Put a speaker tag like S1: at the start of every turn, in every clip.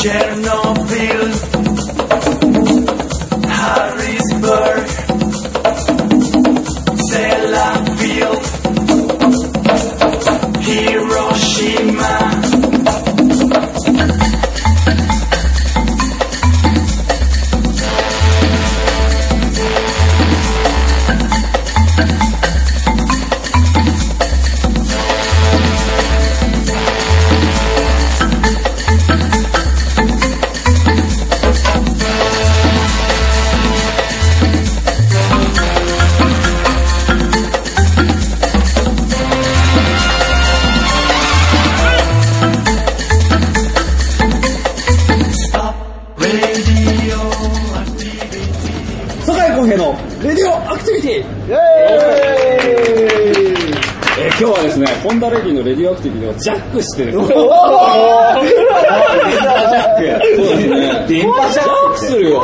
S1: Chernobyl, Harrisburg, Sellafield, Hiroshima.
S2: 坂井公平のレディオアクティビティ
S3: イエーイ
S2: えー今日はですね、ホンダレディのレディオアクティビティをジャックしてですね、そうですね、電波ジャックするよ。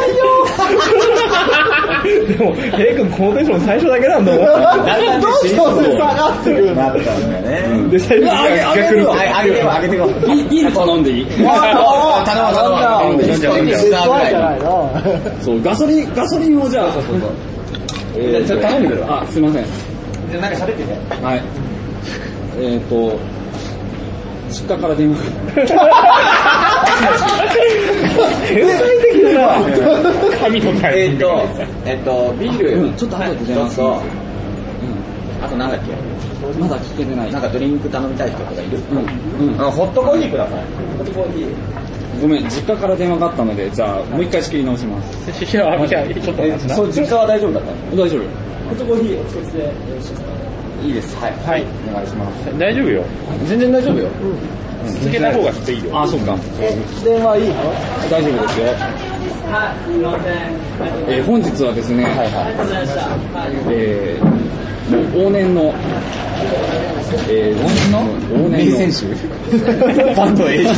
S4: でも、ケイ君このテンション最初だけなんだも
S3: どんどん下がってくる。なったんだよね。
S4: ん。で、最初
S2: あげ、あげるわ。
S5: あげてよ、あげてよ。
S2: ビビール頼んでいい
S5: ああ、頼む頼む。
S3: 一人で
S5: スターぐ
S3: 怖い
S5: ら
S3: じゃ
S5: い。
S3: ないの。
S2: そう、ガソリン、ガソリンをじゃあ、そうそうそう。えー、ちょっと頼んでくれるあ、すいません。
S5: なんか喋ってね。
S2: はい。えっ、ー、と、実家から電話。
S4: 神のタイ
S5: え
S4: ミン
S5: っ
S4: グ
S5: と。、えっと、ビール、
S2: ちょっと後で電
S5: ちょ
S2: 話
S5: っ
S2: しま
S5: と
S2: す、
S5: あとなんだっけ
S2: うん。まだ聞けてない。
S5: なんかドリンク頼みたい人とかいる
S2: うん、うん。
S5: あホットコーヒーください。ホットコーヒー。
S2: ごめん、実家から電話があったので、じゃあ、もう一回仕切り直します。
S4: いや、じゃあ、ちょっと待ってな。
S5: そう、実家は大丈夫だったの
S2: 大丈夫
S5: いいです。はい。
S4: はい。
S5: お願いします。
S4: 大丈夫よ。
S2: 全然大丈夫よ。
S4: 続けた方がきっといいよ。
S2: あ、そうか。
S3: 電話いいの
S2: 大丈夫ですよ。えー本日はですね、えーもう往年の、えー、往年の往年の名選手バンドエイジ。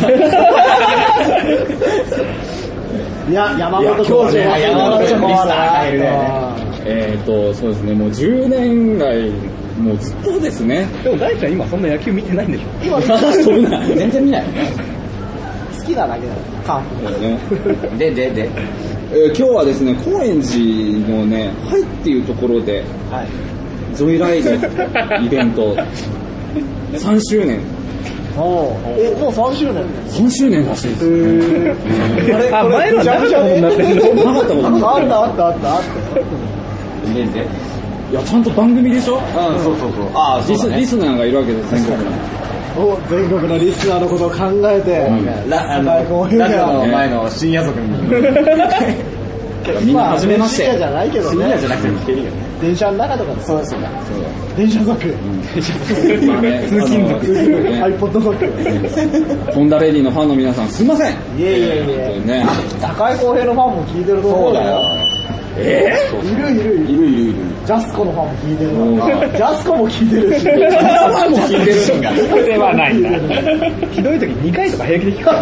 S3: いや、山本教授
S2: いや今日ね
S3: も
S5: 山本教授もリスナーがいるね
S2: えっと、そうですね、もう10年来、もうずっとですね、
S4: でも、大ちゃん今そんな野球見てないんでしょ
S3: 今、
S2: そんな、
S5: 全然見ないよね。
S3: 好きなだけだよ。カー
S2: ね
S3: プ。
S5: で、で、で。
S2: えー今日はですね、高円寺のね、はいっていうところで、
S3: はい。
S2: ジョイライドイベント、3周年、
S3: おーえ、もう3周年
S2: 3周年らしいです。
S4: あ、前のはなかったもんなってる
S2: なかったことない
S3: あったあったあったあったよ。
S5: で、で。
S2: いや、ちゃんと番組でしょ
S5: うん、そうそうそう。ああ、
S2: リ
S5: そう
S2: ス
S5: だ
S2: リ
S5: ね。
S2: スナーがいるわけです、全国の。
S3: お全国のリスナーのことを考えて、
S5: ラあの
S3: 坂井公平
S5: ラジオ
S3: が
S5: の前の深夜族に。
S2: みんな初めまして
S3: 深夜じゃないけど
S5: 深夜じ
S3: ね。
S5: ゃなくても聞けるよね。
S3: 電車の中とかで。そうですよね。電車族。
S2: まあね
S4: 通勤族
S2: あのね
S3: iPod 族。
S2: ホンダレディのファンの皆さん、すいません
S3: いえいえいえ。
S2: ね、
S3: 高井公平のファンも聞いてると思うよ。
S2: い
S3: いるいるいる。
S2: るいるいる。
S3: ジャスコのファンも聞いて
S2: うん
S3: るな。ジャスコも聞いてるし。
S2: 朝も聞いてるんだ。
S4: それはないな。ひどい時2回とか平気で聞 くから。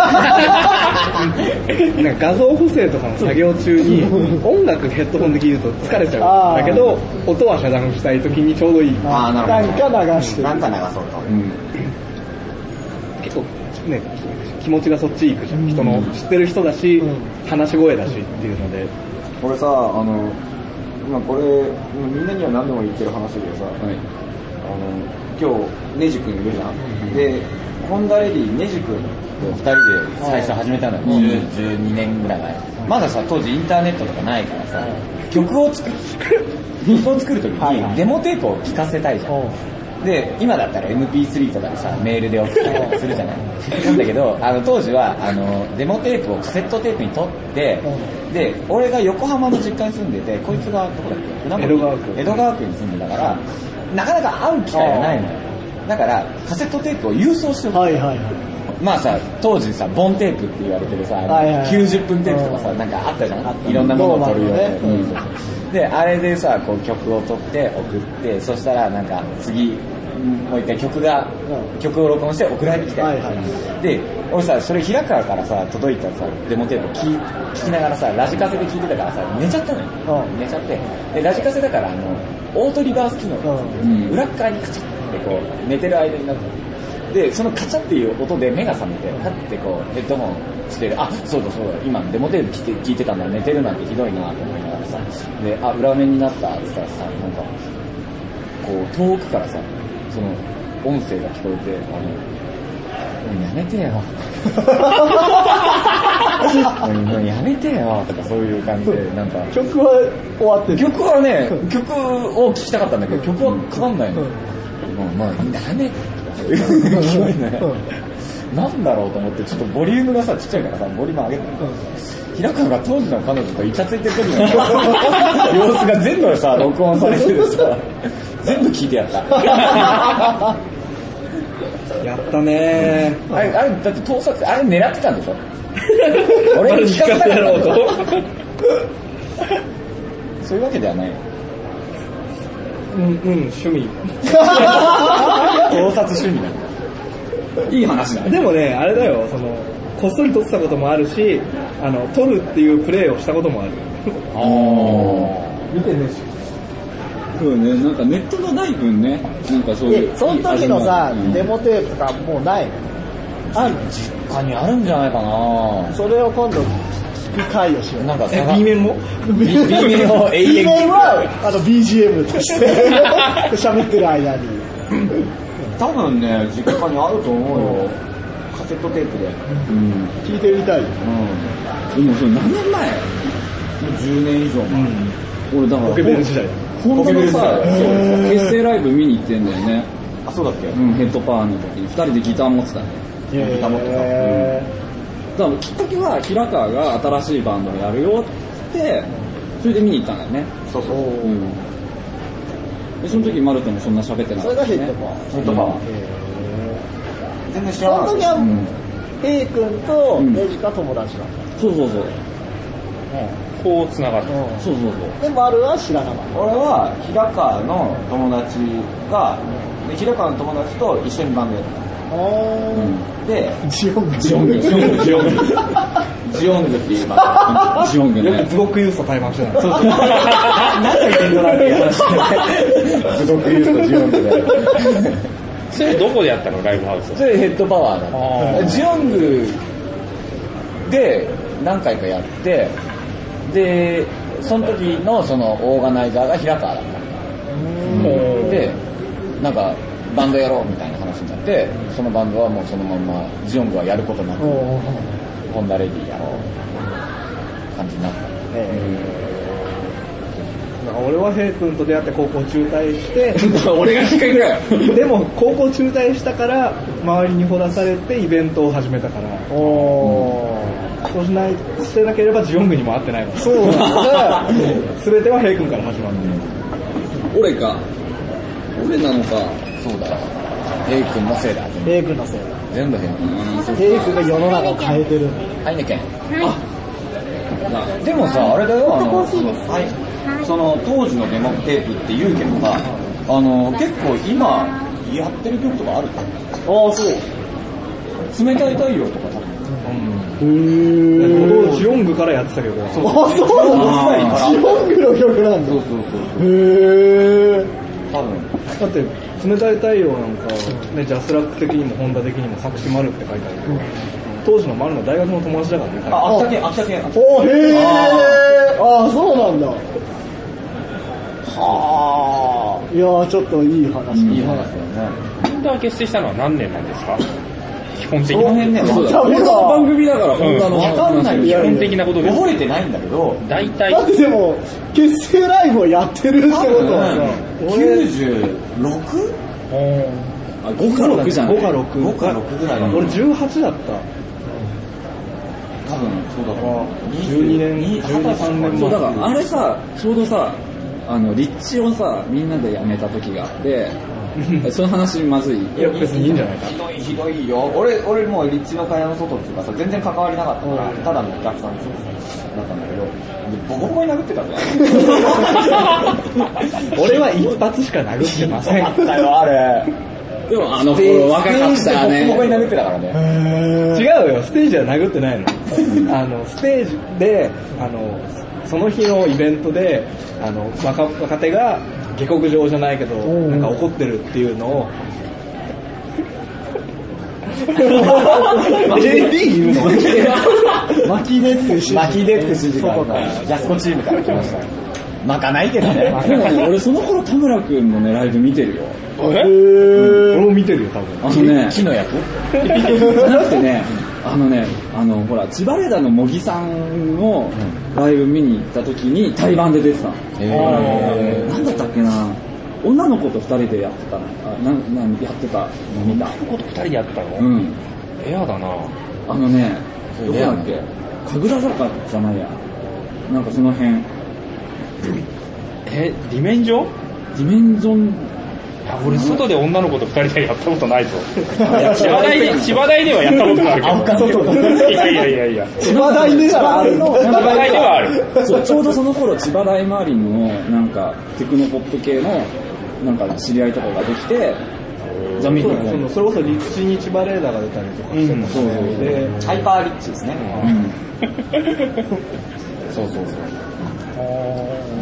S4: なんか画像補正とかの作業中に音楽ヘッドホンで聞いると疲れちゃうんだけど音は遮断したい時にちょうどいい
S5: あーなるほど
S3: なんか流してる
S5: なんか流そうと。
S2: うん。
S4: 結構ね気持ちがそっち行くじゃん人の知ってる人だし
S3: うん
S4: 話し声だしっていうので
S5: 俺さ、あの、今これ、みんなには何でも言ってる話だけどさ、
S2: はい。
S5: あの、今日、ネジ君いるじゃん。で、ホンダレディ、ネジ君と二人で最初始めたのよ。10 12年ぐらい前。まださ、当時インターネットとかないからさ、曲を作る、曲を作るとき
S3: はいはい
S5: にデモテープを聞かせたいじゃん。で、今だったら MP3 とかでさ、メールで送ったりとかするじゃない。なんだけど、あの、当時は、あの、デモテープをカセットテープに取って、で、俺が横浜の実家に住んでて、こいつが、どこだっけ船
S4: 江戸川区
S5: 江戸川区に住んでたから、なかなか会う機会がないのよ。だから、カセットテープを郵送しておく
S3: はいはいはい。
S5: まあさ、当時さ、ボンテープって言われてるさ、
S3: はいはいはい
S5: 90分テープとかさ、なんかあったじゃん。いろんなものを撮るようなやつ
S3: どうも
S5: で、あれでさ、こう曲を撮って送って、そしたらなんか次、もう一回曲が、
S3: う
S5: 曲を録音して送られてきたよ
S3: はいは
S5: で、俺さ、それ平川からさ、届いたさ、デモテープ聞聞きながらさ、ラジカセで聞いてたからさ、寝ちゃったのよ。
S3: うん
S5: 寝ちゃって。で、ラジカセだから、あの、オートリバース機能がついてて
S2: うん
S5: 裏っ側にカチャってこう、寝てる間になったので、そのカチャっていう音で目が覚めて、パッてこう、ヘッドホンを落ちてる。あ、そうだそうだ。今、デモテープ聞いて聞いてたんだ。寝てるなんてひどいなと思いながらさ。で、あ、裏面になったって言ったらさ、なんか、こう、遠くからさ、その、音声が聞こえて、あの、もうやめてよ。もうやめてよ。とかそういう感じで、なんか。
S3: 曲は終わ ってる。
S5: 曲はね、曲を聴きたかったんだけど、曲はかかんないの。もう、まあ、ダメ。 聞こえない。なんだろうと思って、ちょっとボリュームがさ、ちっちゃいからさ、ボリューム上げて。平川が当時の彼女とイチャついてる時の様子が全部さ、録音されてるさ、全部聞いてや った。
S4: やったね
S5: あれ、あれ、だって盗作、あれ狙ってたんでし ょ
S4: 俺に
S5: 俺に
S4: 聞
S5: 聞
S4: か
S5: か
S4: せた
S5: せた
S4: か
S5: か
S4: ろう
S5: った
S4: と
S5: の。 そういうわけではないよ。
S4: うんうん、趣味。
S5: 盗撮趣味なんだ。いい話だ ね。
S4: でもね、あれだよ、その、こっそり撮ってたこともあるし、あの、撮るっていうプレイをしたこともある。
S5: あー
S3: 見てね
S2: そうね、なんかネットがない分ね、なんかそういう。
S3: で、その時のさ
S2: うん、
S3: デモテープがもうないの。ある
S5: 他にあるんじゃないかな
S3: それを今度聞く回をしよう。
S5: なんか
S4: え
S5: さ、、
S4: B 面も
S5: B 面を永遠
S3: B
S5: に
S3: 面は、あの、BGM として喋ってる間に。
S5: 多分ね、実家にあると思うよ。カセットテープで。
S2: うん。
S3: 聞いてみたいよ。
S2: でもそれ何年前もう ?10 年以上前。俺だから、
S4: ポケベル時代。
S2: 本当のさ、
S5: ポケベル
S2: そう
S3: 時代へー
S2: 結成ライブ見に行ってんだよね。
S5: あ、そうだっけ
S2: うん、ヘッドパーの時に。二人でギター持ってたね。だか
S3: へ
S2: らきっかけは平川が新しいバンドをやるよって、それで見に行ったんだよね。
S5: そうそう。
S2: うん。でその時マルトもそんな喋って
S3: ー
S2: な
S3: そ
S2: か
S3: れ
S2: った
S3: が
S2: し
S3: ヘ
S2: ね、
S3: ッドパー。
S5: それとかは、全然知らなか
S3: そ
S5: っ
S3: の時
S5: た。
S3: は
S2: うん、
S3: A 君と
S2: うん
S3: エイジが友達だった。
S2: そうそうそう。
S4: こう繋がる。
S3: う
S2: そうそうそうん
S3: で、丸は知らなかっ。
S5: 俺は平川の友達が、で平川の友達と一緒にバンドやった
S3: お
S5: た。で、
S3: ー。ジオング。
S2: ジオング、ジオング、ジオング。
S5: ジオングっていうバン
S2: ジオング
S4: よく
S2: ね。
S4: ズゴックユースと対バンしてたそう
S5: ド。何だけどなんて話して。付属言うとジオングだよ。
S6: それどこでやったのライブハウス
S5: それヘッドパワーだったジオングで何回かやって、で、その時のそのオーガナイザーが平川だった。で、なんか、バンドやろうみたいな話になって、そのバンドはもうそのまんま、ジオングはやることなく、
S3: お
S5: ホンダレディやろうみたいな感じになった。
S4: 俺はヘイ君と出会って高校中退して、
S2: 俺が引っかけだよ。
S4: でも高校中退したから、周りにほだされてイベントを始めたから、
S3: ー。おー。
S4: そうしない、してなければジオングにも会ってないもん。そう
S3: だね。
S4: 全てはヘイ君から始まってる。
S2: 俺か。俺なのか。
S5: そうだよ。ヘイ君のせいだ。
S3: A 君のせいだ。
S5: 全部ヘイ君。
S3: A 君が世の中を変えてるんだ。
S5: ハイネケン。
S2: な
S5: でもさ、あれだよ、あの、
S7: コーヒーです
S5: はいその当時のデモテープって言うけどさ、あの、結構今、やってる曲とかある
S3: あー、そう。
S5: 冷たい太陽とか多分。
S4: 俺ジオングからやってたけど、
S3: あ、そうなんだ。
S5: あー
S3: ジオングの曲なんだ。
S5: そうそうそう。
S3: へー。
S5: 多分。
S4: だって、冷たい太陽なんか、ね、ジャスラック的にもホンダ的にも作詞丸って書いてあるけど、当時の丸の大学の友達だからね。
S5: あ、秋田県、秋田県。
S3: おー、へー。あー、そうなんだ。はー。いやー、ちょっといい話。
S5: いい話だよね。
S6: バンドは結成したのは何年なんですか基本的
S5: この
S6: な。
S5: 辺ね、
S2: そうだ
S5: わ
S2: よ。俺の番組だから、本当の。
S5: かんない
S6: 基
S5: よ。
S6: 本的なことです。
S5: 覚えてないんだけど、
S6: 大体
S3: だ、ってでも、結成ライブをやってるってこと
S5: 多
S3: はさ、
S5: 分、96?5
S2: あ5か6じゃん。
S4: 5か6。
S5: か6ぐらいだ
S4: 俺18だった。
S5: 多分、そうだろう。
S4: 12年、13年
S2: そう、だか
S4: 前。
S2: らあれさ、ちょうどさ、あの、立地をさ、みんなで辞めた時があって、その話まずい。
S4: いや、別にいいんじゃないか。
S5: ひどいひどいよ。俺、俺もう立地の会話の外っていうかさ、全然関わりなかったから、ただのお客さんですだったんだけど、でボコボコに殴ってたんだよ。
S4: 俺は一発しか殴ってま せん
S5: あ。ったよ、 あれ。
S2: でもあの頃若かっ
S5: ステ
S2: た
S5: ージでボコボコに
S2: ね。
S5: 殴ってたからね。
S4: 違うよ、ステージは殴ってないの。あの、ステージで、あの、その日のイベントで、あの、若若手が下克上じゃないけど、なんか怒ってるっていうのを、 JD いるの
S3: 巻きでっていうし。
S5: 巻きでって指示があったやすこチームから来ました巻かないけどね
S2: でもね、俺その頃田村くんのね、ライブ見てるよ。
S4: 俺も見てるよ、多分。
S2: あのね、
S5: 木の役
S2: じゃなくてね、あのね、あの、ほら、千葉レーダーの茂木さんのライブ見に行った時に対バンで出てたの。
S5: え
S2: なんだったっけな女の子と二人でやってたの。あ、なん、なん、やってたの見た。
S6: 男と二人でやってたの
S2: うん。
S6: レアだな
S2: あのね、どこだっけ神楽坂じゃないや。なんかその辺、デ
S6: え、リメンジョン
S2: ィメンジョン、
S6: いや、俺外で女の子と二人でやったことないぞ。
S2: や
S6: 千葉大で、千葉大ではやったことがあるけど。いやいやいやいや。
S3: 千葉大ではあるの。
S6: 千葉大ではある。
S2: そう、ちょうどその頃、千葉大周りの、なんか、テクノポップ系の、なんか、知り合いとかができて、ザ・ミ
S4: そ
S2: ッ
S4: う
S2: ド
S4: だそ
S2: 君
S4: の。それこそ陸地に千葉レーダーが出たりとかしてた
S2: そうそう
S4: ので、
S5: ハイパーリッチですね
S2: うん
S5: そうそうそう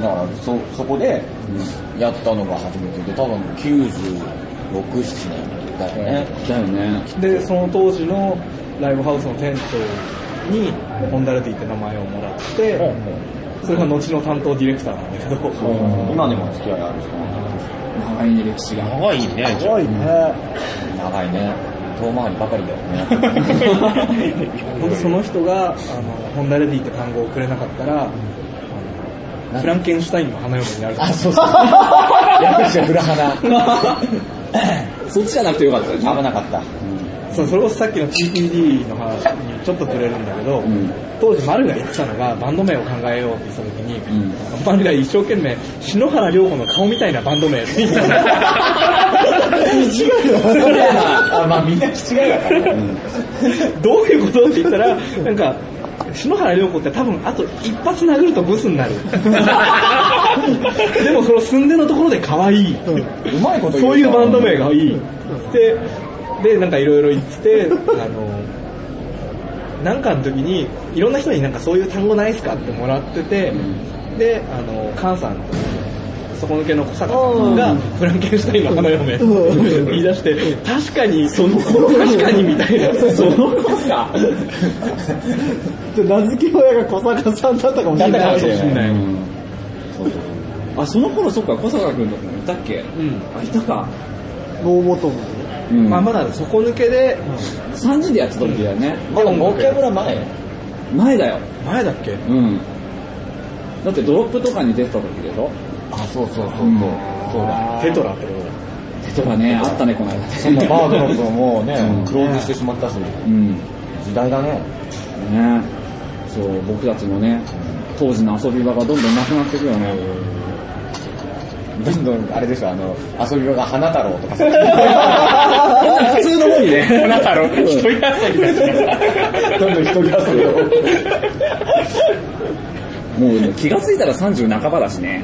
S5: だからそそこでやったのが初めてで多分967年だよね
S2: だよね。
S4: で、その当時のライブハウスの店長に、ホンダレティって名前をもらって、それが後の担当ディレクターなんだけど、
S5: 今でも付き合いあるし
S2: 長い歴史が。
S6: 長いね。
S3: 怖いね。
S5: 長いね遠回りばかりだよね
S4: 僕その人が、あの、ホンダレディって単語をくれなかったら、あのフランケンシュタインの花嫁になると思う
S5: そうそう略して裏 花
S2: そっちじゃなくてよかったよ
S5: 危
S2: ね。
S5: なかった
S4: そうそれこそさっきの TPD の話にちょっと触れるんだけど、
S2: ん
S4: 当時丸が言ってたのがバンド名を考えようって言った時に、
S2: ん
S4: 丸が一生懸命篠原涼子の顔みたいなバンド名って言ってたの
S5: あまあみんな気違いだからね
S4: どういうことって言ったらなんか篠原涼子って多分あと一発殴るとブスになるでもその寸でのところで可愛い、
S5: うまいこと言
S4: そういうバンド名がいい。で、で、なんかいろいろ言ってて、あの、なんかの時に、いろんな人になんかそういう単語ないっすかってもらってて、で、あの、カンさんと、そこのけの小坂さんが、フランケンシュタインの花嫁って言い出して、確かに、その頃、確かにみたいな。その頃か。
S3: で名付け親が小坂さんだったかもしれない。
S2: あ、その頃そっか、小坂君とかもいたっけ
S4: うん。
S2: あ、いたか。
S3: ノーモトム。
S2: うん。
S4: まあまだ底抜けで、
S2: 3時でやってた時だよね。
S5: でも5回ぐらい前
S2: 前だよ。
S4: 前だっけ
S2: うん。だってドロップとかに出てた時でしょ
S5: あそうそうそうそうそうだ
S4: テトラってことだ。
S2: 手とかね、あったね、この間。
S5: そんなバードロップももうね
S2: うん
S5: クローズしてしまったし
S2: うん。
S5: 時代だね
S2: ね、そう僕たちのね当時の遊び場がどんどんなくなっていくよね
S5: どんどんあれでしょあの遊び場が花太郎とかさ
S2: 普通の方にね
S6: 花太郎、一人遊びだ
S5: どんどん人が遊びを
S2: もう気がついたら30半ばだしね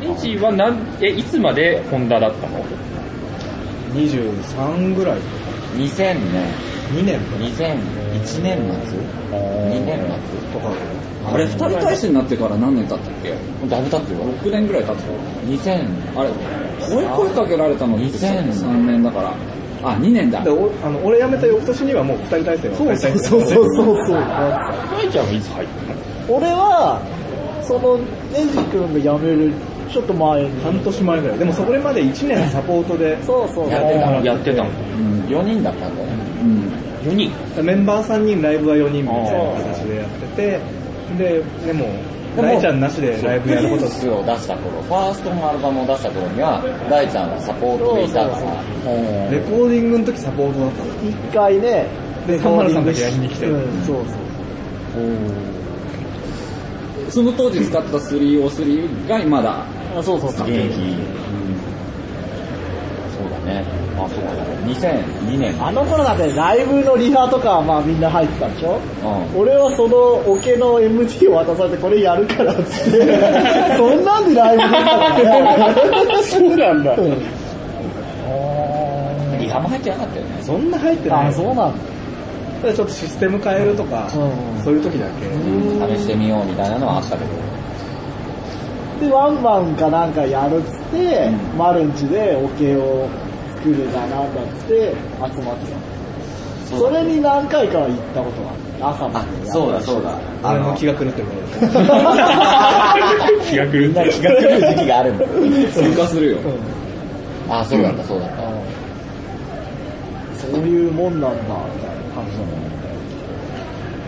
S6: ネジはなん、え、いつまでホンダだったの
S4: 23ぐらい。
S5: 2000ね
S4: 2年
S5: 2001年末2年
S4: とか。
S2: あれ二人体制になってから何年経ったっけ
S5: 末もうだいぶ経ってるわ
S2: 6年ぐらい経つ
S5: 2000
S2: あれ声声かけられたのって
S5: 2000
S2: 3年だからあ2年だ
S4: でおあの俺辞めた翌年にはもう二人体制はそうそう
S3: そうそうそうそう。
S6: 大ちゃんはいつ入ったの
S3: 俺は、その、ネジ君が辞める、ちょっと前に。
S4: 半年前ぐ らいでもそこまで1年サポートで
S3: そうそう。
S5: やってたの
S6: やってたの。
S2: うん
S5: 4人だったんだよね
S2: うん
S6: 4人。
S4: メンバー3人ライブは4人みたいな形でやっててででも大ちゃんなしでライブやるこ
S5: プ
S4: と
S5: リンスを出した頃ファーストのアルバムを出した頃には大ちゃんはサポートでいたから
S4: レコーディングの時サポートだったの
S3: 一回ね、
S4: で303だけやりに来て
S3: うん、そうそう。
S2: その当時使ってた303がまだ
S3: あそうそう、
S5: 現役そうだねあそうか2002年
S3: あの頃だってライブのリハとかはまあみんな入ってたでしょ
S5: う
S3: 俺はそのオケの MD を渡されてこれやるからっつ って、そんなんでライブでそうなんだ。
S5: んリハも入ってなかったよね
S4: そんな入ってな い
S3: あ、そうなん
S4: ただちょっとシステム変えるとか
S3: うん
S4: そういう時だけ
S5: 試してみようみたいなのはあったけど
S3: で、ワンバンかなんかやるっつって、マルンチでおけを作るだなんだっつって集まってた。それに何回かは行ったことがある。朝までやる。
S5: そうだそうだ。あ
S4: 俺の
S5: の、
S4: 気が狂ってることです。
S6: 気が狂っ
S5: みんな
S6: て。
S5: 気が狂う時期があるんだ。
S2: 通過するよ。
S5: あ、そうだったそうだった。
S3: そういうもんなんだ、みたいな感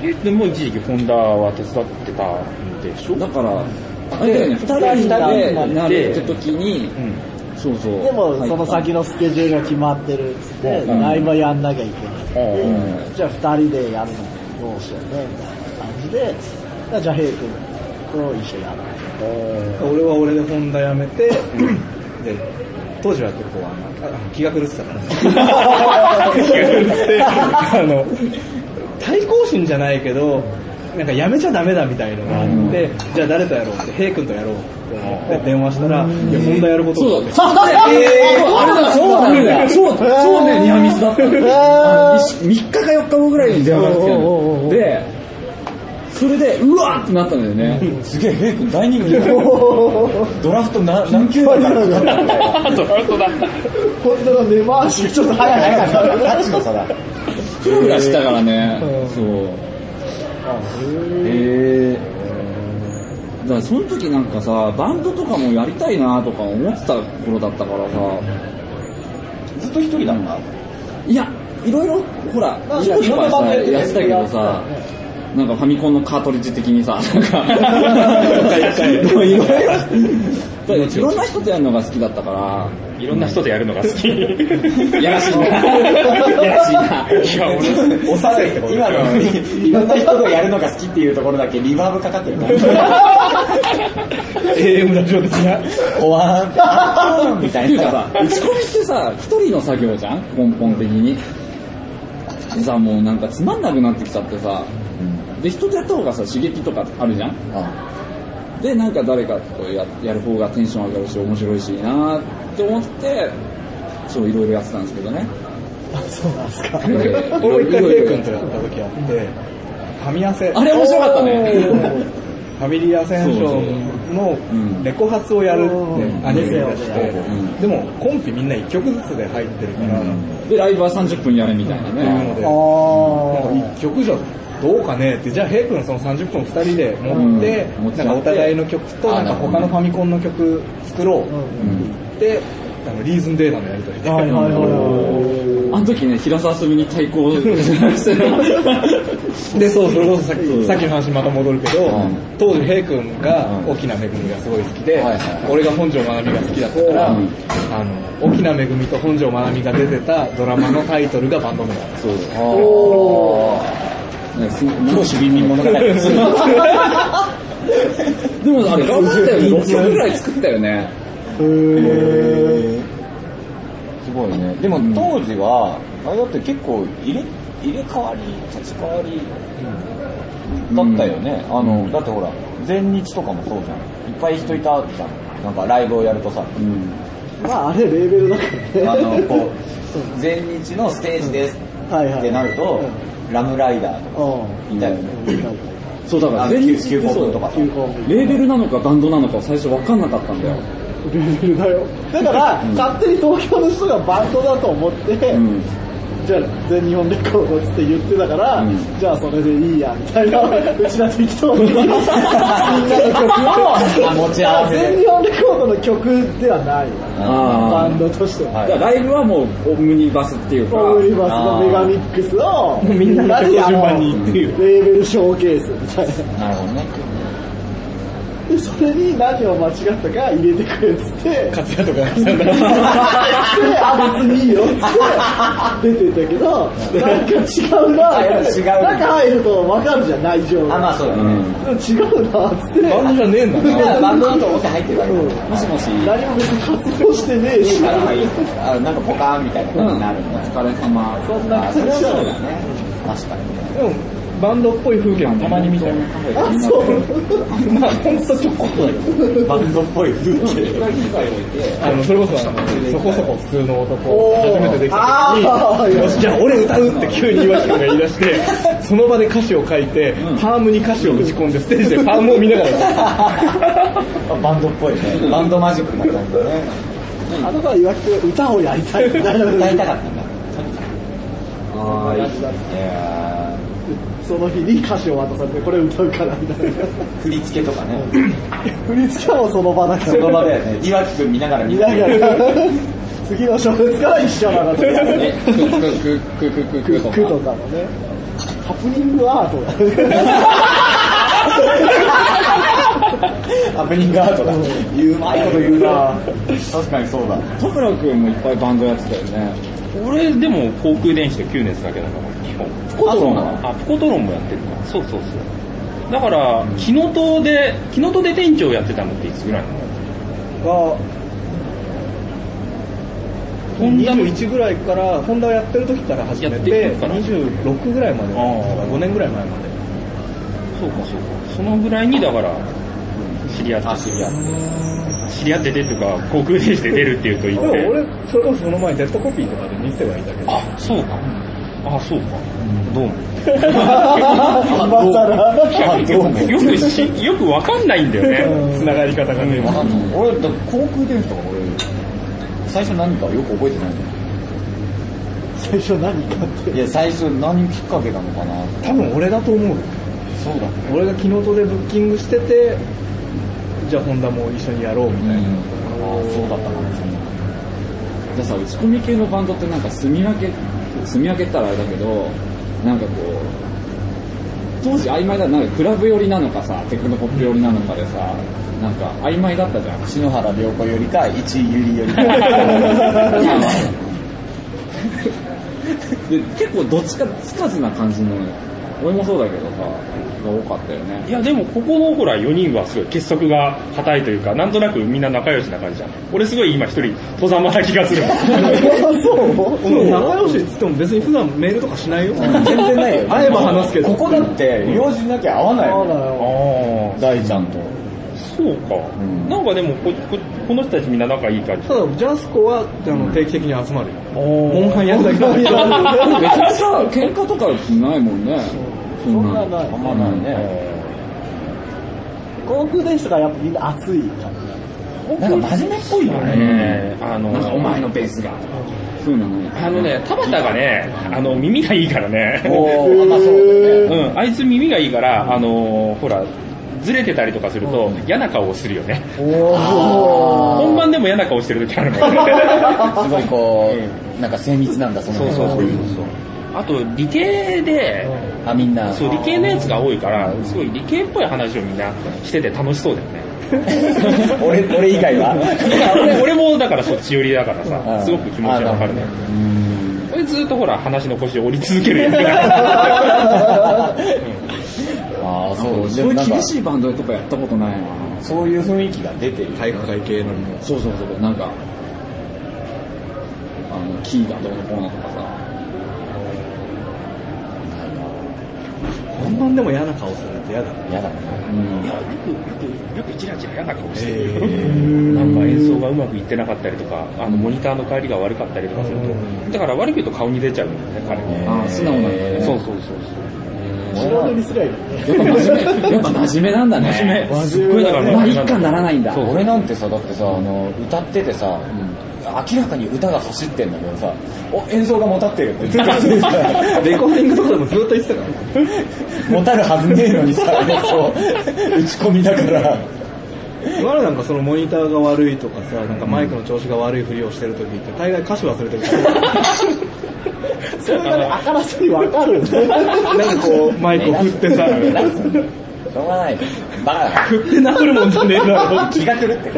S3: じなの。
S6: えでも一時期ホンダは手伝ってたんでしょ
S2: だから、で、二人
S3: 人になって
S2: でなるって時に、
S6: うん。
S2: そうそう。
S3: でも、その先のスケジュールが決まってるっつって、
S2: うん
S3: ライブはやんなきゃいけない。
S6: うん
S3: じゃあ二人でやるのどうしようね、みたいな感じで、じゃあ、ヘイ君と一緒にやる。
S4: 俺は俺でホンダ辞めて、で、当時は結構あのあ気が狂ってたから。気が狂って、あの、対抗心じゃないけど、なんかやめちゃダメだみたいのがあって、じゃあ誰とやろうって、ヘイ君とやろうって思って電話したら、いや、ホンダやること
S2: そう
S4: だ
S2: だ、そうだね、あれだ、そうだね、そうだ、そうだね、ニアミスだった。あの3日か4日後ぐらいに電話が来てる
S3: おうおうおうお
S2: の
S3: う
S2: で、それで、うわーってなったんだよね。
S5: すげえ、ヘイ君大人気ドラフトな何球だからかかったんだよ。
S3: 本当の根回しがちょっと
S5: 早
S3: 早か
S5: か
S3: っ。
S5: ったた。タッチの差だ。
S2: プロがしたからね。そう。へえ。だからその時なんかさ、バンドとかもやりたいなとか思ってた頃だったからさ、
S5: ずっと一人だった。
S2: いや、いろいろ、ほら、いろいろさやってたけどさ、なんかファミコンのカートリッジ的に さ、なんか、もうい ろいろ、だからいろんな人とやるのが好きだったから、
S6: いろんな人とやるのが好き。
S2: い やらしいな。いやらしいな。
S6: いや、俺、
S5: おされ、今の、いろんな人とやるのが好きっていうところだけリバーブかかってるから。
S4: AM ラジオ的な。
S5: おわーんって、あーんみた
S2: って
S5: い
S2: いうか
S5: な
S2: さ。、打ち込みってさ、一人の作業じゃん根本的に。でさ、もうなんかつまんなくなってきちゃってさ、で、人とやった方がさ、刺激とかあるじゃんで、なんか誰かとややる方がテンション上がるし、面白いしいいなって思って、そう、いろいろやってたんですけどね。あ、そうなんですか。
S4: 俺も一回ヘイ君とやった時あって、ファミアセ。
S2: あれ面白かったね。
S4: ファミリア戦争のレコ発をやるってアニメがして
S2: ん、
S4: でもコンピみんな1曲ずつで入ってるから、
S2: で、ライブは30分やれみたいな
S4: っていうの
S2: ね。
S4: で、
S3: あー
S4: 1曲じゃどうかねって、じゃあ、ヘイ君のその30分2人で持って
S2: うん持、ち上げて
S4: なんかお互いの曲と、
S2: あ
S4: なんか他のファミコンの曲作ろうって言って、あのリーズンデータのやりとりで。
S3: はいはいはい
S2: あの時ね、平沢すみに対抗してた。
S4: で、そう、それこそさっきさっきの話にまた戻るけど
S2: ん、
S4: 当時、ヘイ君が沖縄めぐみがすごい好きで
S2: はいはい、
S4: 俺が本上まなみが好きだったから、
S2: うん
S4: あの、沖縄めぐみと本上まなみが出てたドラマのタイトルがバンド名だった。
S2: そうだ。お超守備人物語。 でもあれ頑張ったよね。6曲ぐらい作ったよね。
S5: すごいね。でも当時は、あれだって結構入れ、入れ替わり、立ち替わり、だったよね。あの、だってほら、前日とかもそうじゃん。いっぱい人いたじゃん。なんかライブをやるとさ。
S3: まあ、あれレーベルだか
S5: あ
S3: らね。
S5: の、こう、前日のステージです
S3: はいはい。
S5: ってなると、ラムライダーとか
S3: う
S5: いたよね。
S3: ん。うん。
S2: そうだから
S5: あの
S2: 全
S5: 9
S2: 日
S5: 9
S2: そ
S5: 個分
S2: う
S5: とかさ。
S3: 休校も
S2: レーベルなのかバンドなのか最初分かんなかったんだよ。
S3: レーベルだよ。だから、勝手に東京の人がバンドだと思って、
S2: うん。
S3: じゃあ全日本レコードっつって言ってたから、
S2: うん
S3: じゃあそれでいいや、みたいな、 うちら適当に、みんなの曲
S5: あ
S3: を、
S5: 持ち合わせで
S3: 全日本レコードの曲ではないよねバ
S2: あ
S3: ンドとして
S2: あ。
S3: は。
S2: だからライブはもうオムニバスっていうか。
S3: オムニバスのメガミックスを、みんなで順番にレーベルショーケースみたいな。
S5: なるほどね。
S3: で、それに何を間違ったか入れてくれっつって、
S4: カツヤとかやってたん だけど
S3: で、あ、別にいいよっつって出てったけど、なんか違うな
S5: あいや違う
S3: なんか入るとわかるじゃん、内情
S5: あ、
S3: が。
S5: まあそうだ
S2: う
S5: ね。
S2: ん。
S3: 違うなっつって。
S4: バンドじゃねえんだ
S5: みん
S4: な。
S5: ながバンドだと思って入ってるわけだから。
S2: もしもし。
S3: 何も別に活動してねえし。
S5: あのあなんかポカーンみたいな感じになるんだ。
S2: お疲れ様。
S3: そんな感じだ
S5: そう
S3: よ
S5: だね。確かにね。
S4: でも、バンドっぽい風景もたまに見たよ。
S3: あ、そう。
S4: まあ、ほんとちょこっとだよ。
S5: バンドっぽい風景。
S4: あの、それこそ、あのそこそこ普通の男
S3: お
S4: が
S3: ー
S4: 初めてできた
S3: あ
S4: 時
S3: ー
S4: に、よし、じゃあ俺歌うって急に岩城くんが言い出して、その場で歌詞を書いて、パームに歌詞を打ち込んで、ステージでパームを見ながら。
S5: バンドっぽいね。バンドマジックな感じだね。
S3: あの子は言われて歌をやりたい。
S5: 歌いたかったんだ。
S3: い
S5: いや
S3: その日に歌詞を渡されて、これ歌うからみた いな。
S5: ー振り付けとかね。
S3: 振り付けはもうその場だから。
S5: その場だよね。岩城くん見ながら見
S3: 見
S5: て
S3: ながら。 次の小説から一緒なの
S2: え
S3: ね。、
S2: く、く、く、く、く、く、
S3: 句と
S2: とか。
S3: かのね。ハプニングアートだね。
S5: ハプニングアートだ。うまいこと言うな確かにそうだ。
S2: 田村くんもいっぱいバンドやってたよね。
S6: 俺、でも、航空電子と9年だけだから、基本。
S2: あ、そうなの
S6: あ、ピコトロンもやってるな。そうそうそう。だから、木の塔で、木の塔で店長やってたのっていつぐらいなの
S4: が
S6: ホンダも
S4: 21ぐらいから、ホンダをやってる時から始め
S6: やって
S4: て、
S6: るから
S4: 26ぐらいまで、
S6: あー
S4: 5年ぐらい前まで。
S6: そうかそうか。そのぐらいに、だから、知り合って。知り合って。知り合っててっていうか、航空電子で出るっていうと言
S4: で
S6: っ
S4: も
S6: て。
S4: 俺、それこそその前にデッドコピーとかで見てはいたけど、
S6: あ、そうか。あ、そうか。どうも。
S3: 今更。
S6: よくし、よくわかんないんだよね。
S4: つながり方がね、
S5: 俺、だから航空電子とか俺、最初何かよく覚えてない
S3: 最初何かって。
S5: いや、最初何きっかけなのかな
S4: 多分俺だと思う。
S5: そうだね。
S4: 俺が昨日とでブッキングしてて、じゃあホンダも一緒にやろうみ
S5: うん
S4: たいな。。
S5: あーそうだったかもしれな
S2: じ
S5: い。
S2: ゃあさ、打ち込み系のバンドってなんか住み分け、住み分けったらあれだけど、なんかこう、当時曖昧だ、なんかクラブ寄りなのかさ、テクノポップ寄りなのかでさ、なんか曖昧だったじゃん。
S5: 篠原涼子よりか、一位ゆりよりか。
S2: で結構どっちかつかずな感じの俺もそうだけどさが多かったよね
S6: いやでもここのほら4人はすごい結束が固いというか、なんとなくみんな仲良しな感じじゃん。俺すごい今一人、登山まな気がする。
S3: そう
S4: 俺仲良しっつっても別に普段メールとかしないよ。
S5: 全然ないよ。
S4: 会えば話すけど
S5: ここだって、用事なきゃ合わない
S3: そう
S5: よ。
S3: だよ。
S6: あ
S5: 大ちゃんと。
S6: あ、そうか。
S5: ん
S6: なんかでもここ、この人たちみんな仲いい感じ。
S4: ただ、ジャスコはあの定期的に集まるよ。モン
S6: お
S4: ハンやるだけだけど。
S2: 別にさ喧嘩とかないもんねそ
S3: そんなない。
S5: あんまないね。
S3: 航空電子とかやっぱみんな熱い感じ
S5: なんか真面目っぽいよね。
S6: ねえ、あの、
S2: なんかお前のベースがそうなのね
S6: あのね、田畑がね、あの、耳がいいからね。
S5: おー、あん まそうだね。
S6: うん、あいつ耳がいいから、あのーほら、ずれてたりとかすると嫌な顔をするよね。
S5: お
S6: 本番でも嫌な顔してる時あるもんね。
S5: すごいこう、なんか精密なんだ、その
S6: そうそうそうそう。あと、理系で、
S5: あ、みんな。
S6: そう、理系のやつが多いから、すごい理系っぽい話をみんなしてて楽しそうだよね。
S5: 俺、俺以外は
S6: 俺 俺もだからそっち寄りだから
S5: う
S6: さ、
S5: ん
S6: すごく気持ちがわかるね
S5: あ。うん
S6: これずっとほら、話の腰を折り続けるやつが。
S5: ああ、そう。
S2: そういう厳しいバンドとかやったことないな
S5: そういう雰囲気が出てる。
S4: 体育会系のみたい
S2: そうそうそうなんかあのキーがどうのこうのとかさ
S4: な本番でも嫌な顔するって嫌だね。
S5: 嫌だね。
S2: うん
S6: いや、よく、よく、よくチラチラ嫌な顔してる。
S4: え
S6: なんか演奏がうまくいってなかったりとか、あの、モニターの帰りが悪かったりとかする
S4: う
S6: と、だから悪く言うと顔に出ちゃうんだよね、彼
S5: え
S6: も。
S2: ああ素直なんだね
S6: そうそうそうそう。
S3: 白塗りすりゃいいのね
S2: やっぱ真面目やっぱ真面目なんだね
S6: 真面目。
S3: 真
S6: すっ
S3: 面
S6: ご
S3: 目
S6: い
S3: だ
S6: だか
S2: まあ
S6: ら、
S2: 一家ならないんだ
S5: そう、俺なんてさ、だってさ、あの、歌っててさ、明らかに歌が走ってんだけどさ、お、演奏がもたってるって ずっと言ってるから
S4: レコーディングとかでもずっと言ってたから。
S5: もたるはずねえのにさ、演奏、打ち込みだ から。
S4: 今までなんかそのモニターが悪いとかさ、なんかマイクの調子が悪いふりをしてる時って、大概歌詞忘れてるから。
S3: それがね、あからさにわかるんだよ。
S4: なんかこう、マイクを振ってさ、
S5: なんすんのしょうがない。バカだか
S4: 振ってなるもんじゃねえだろ
S5: ら。。気が狂ってる。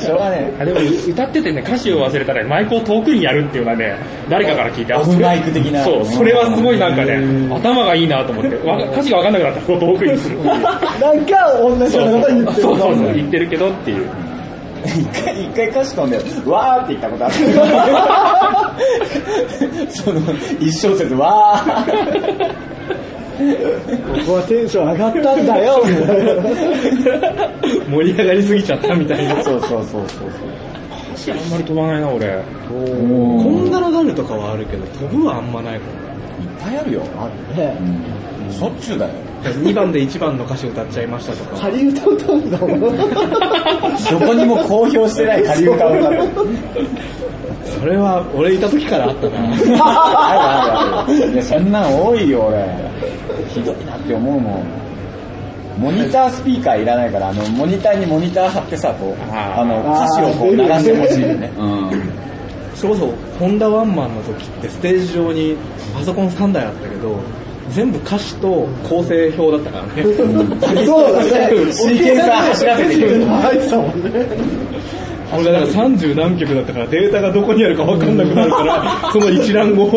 S5: しょうがね
S6: あでも歌っててね、歌詞を忘れたらマイクを遠くにやるっていうのはね、誰かから聞いて、あ
S5: オフマイク的な
S6: そう、それはすごいなんかね、頭がいいなと思って、わ歌詞がわかんなくなったら こう遠くにするっていう。
S3: なんか、同じようなこと言って
S6: そう
S3: る
S6: そ
S3: の
S6: うそう、言ってるけどっていう。
S5: 一回、一回歌詞飛んで、わーって言ったことある。その、一小節、わー。
S3: こはテンション上がったんだよ、みたいな
S4: 盛り上がりすぎちゃったみたいな。
S5: そうそうそうそう。
S6: 歌詞あんまり飛ばないな、俺。
S4: こんがらがるとかはあるけど、飛ぶはあんまないかも。
S5: いっぱいあるよ。あ
S3: ね。
S5: る。しょっちゅうだよ。
S4: 2番で1番の歌詞歌っちゃいましたとか。
S3: 仮歌歌うんだもん。
S5: どこにも公表してない仮歌を歌う。
S4: それは俺いた時からあったな。
S5: あるあるある。いや、そんなん多いよ、俺。ひどいなって思うもん。モニタースピーカーいらないから、あの、モニターにモニター貼ってさ、こう、
S6: あー
S5: あの、歌詞をこう、流してほしいよね。
S2: うん。
S4: それこそ、ホンダワンマンの時ってステージ上にパソコン3台あったけど、全部歌詞と構成表だったからね。
S3: そうだね。
S5: シーケンサー走らせて くれる。
S3: 入ってたもんね。
S4: 俺だから30何曲だったからデータがどこにあるか分かんなくなるから、その一覧を、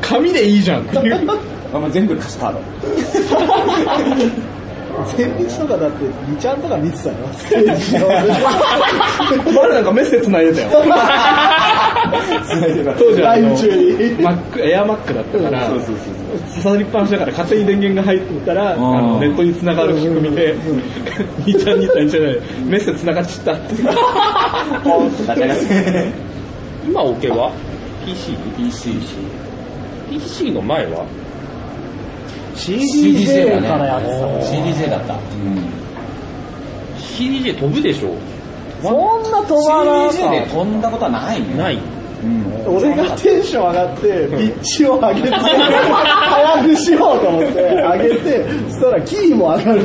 S4: 紙でいいじゃんって いう。
S5: あもう全部歌詞カード。
S3: 全日とかだって、2ちゃんとか見てたよ。ステージの
S4: まだなんかメッセージ繋いでたよ。当時は
S3: ラ
S4: あの
S3: イブ中に
S4: マック、エアマックだったから、刺さりっぱなしだから勝手に電源が入ったら、あ
S2: ー
S4: のネットに繋がる仕組み で、2ちゃん2ちゃん2ちゃんじゃない、メッセージ繋がっちゃったって。
S5: ポンって立ち上がって。
S6: 今、オケは ?PC? PC。PC の前は
S3: CDJ からやってたもん。
S5: CDJ だった。
S6: ?CDJ 飛ぶでしょ
S3: そんな飛ばな
S5: CDJ
S3: か
S5: で
S3: っ
S5: 飛んだことはないね。
S6: ない。
S3: た。俺がテンション上がって、ピッチを上げて、早くしようと思って、上げて、そしたらキーも上がる。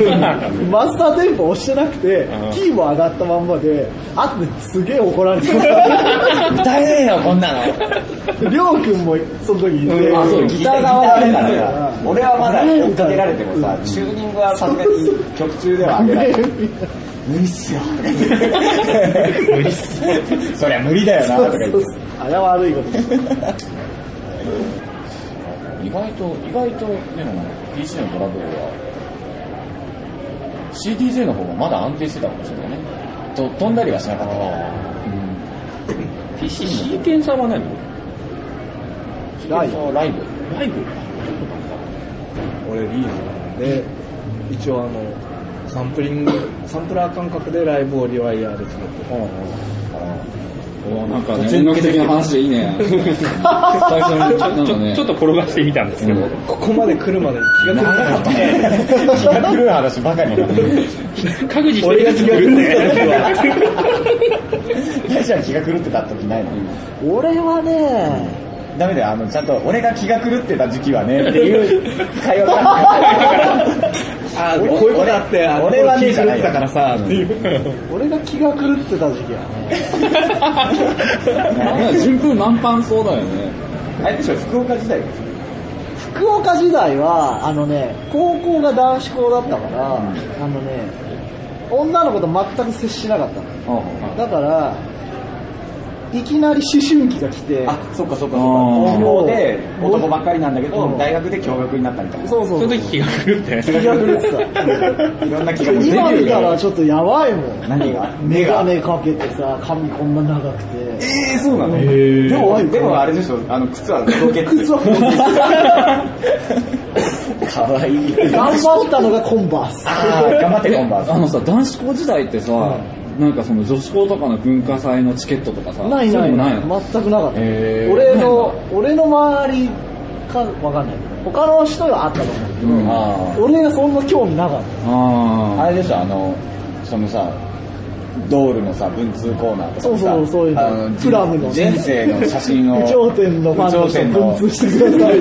S3: マスターテンポ押してなくて、キーも上がったまんまで、後ですげえ怒られてた。
S5: 歌えねえよ、こんなの。
S3: りょうくんもその時いて、
S5: あ、そう、ギター側だから
S3: ギター
S5: 俺はまだ追っかけられてもさ、チューニングはさすがに曲中では上げない。 無理っすよ。無理っすよ。 そりゃ無理だよな、とか言って。
S3: あれは悪いことです。
S5: 意外と、意外と、でも、PC のトラブルは、CDJ の方がまだ安定してたかもしれないね。と飛んだりはしなかったから。
S6: PC、シーケンサーは何
S3: ライブ
S5: そうライブ。
S6: ライブ
S4: 俺リードなん で、一応あの、サンプリング、サンプラー感覚でライブをリワイヤーで作ってた。
S2: おなんか、全国的な話でいいね。最初に言っちゃった
S6: ち
S2: の
S6: ょ
S2: ね。
S6: ちょっと転がしてみたんですけど、
S4: ここまで来るまでに気がつかなかった。
S5: 気が狂う話ばかりだね。
S6: 各自
S4: 俺が気が狂ってた時 は。
S5: 大ちゃん気が狂ってた時ないの
S3: 俺はね、
S5: ダメだよ、あの、ちゃんと、俺が気が狂ってた時期はね、っていう会話が。
S4: あー、こういうことあって、あの
S5: 俺はね
S4: 気が狂ってたからさ、っていう。
S3: 俺が気が狂ってた時期はね、
S2: なんか順風満帆そうだよね。
S5: あれでしょ、福岡時代
S3: 福岡時代は、あのね、高校が男子校だったから、あのね、女の子と全く接しなかったの。だから、いきなり思春期が来て、
S5: あ、そっかそっかそっか。
S2: あー
S5: 高校で
S3: もう
S5: 男ばっかりなんだけど
S3: う、ん
S5: 大学で共学になったみたいな。
S3: そうそう
S6: その時気が狂って
S3: 気が狂ってた。
S5: いろんな気が狂って
S3: 今見た
S5: た。
S3: らちょっとやばいもん。
S5: 何が
S3: メガネかけてさ、髪こんな長くて。
S5: えー、そうなの
S4: へー
S5: でも、でもあれでしょ、あの、靴はロケット。
S3: 靴は
S5: かわいい。
S3: 頑張ったのがコンバース。
S5: あー頑張って、コンバ
S2: あ
S5: ー
S2: のさ、男子校時代ってさ、なんかその女子校とかの文化祭のチケットとかさ、
S3: ない
S2: そう
S3: な
S2: う
S3: い
S2: のもな
S3: な
S2: いいの
S3: 全くなかった。
S2: へー
S3: 俺の、俺の周りかわかんない。他の人はあったと思うけ
S5: ス。あー
S3: ど。俺がそんな興味なかっ
S2: あ
S5: あれでしょ、あの、そのさ、道路のさ、文通コーナーとかさ、
S3: そうそうそういうの
S5: あの
S3: プラムのね
S5: 人生の写真
S3: た。
S5: を。
S3: 有頂天のファンの
S5: 有頂天
S3: 人
S5: の
S3: 文通してください。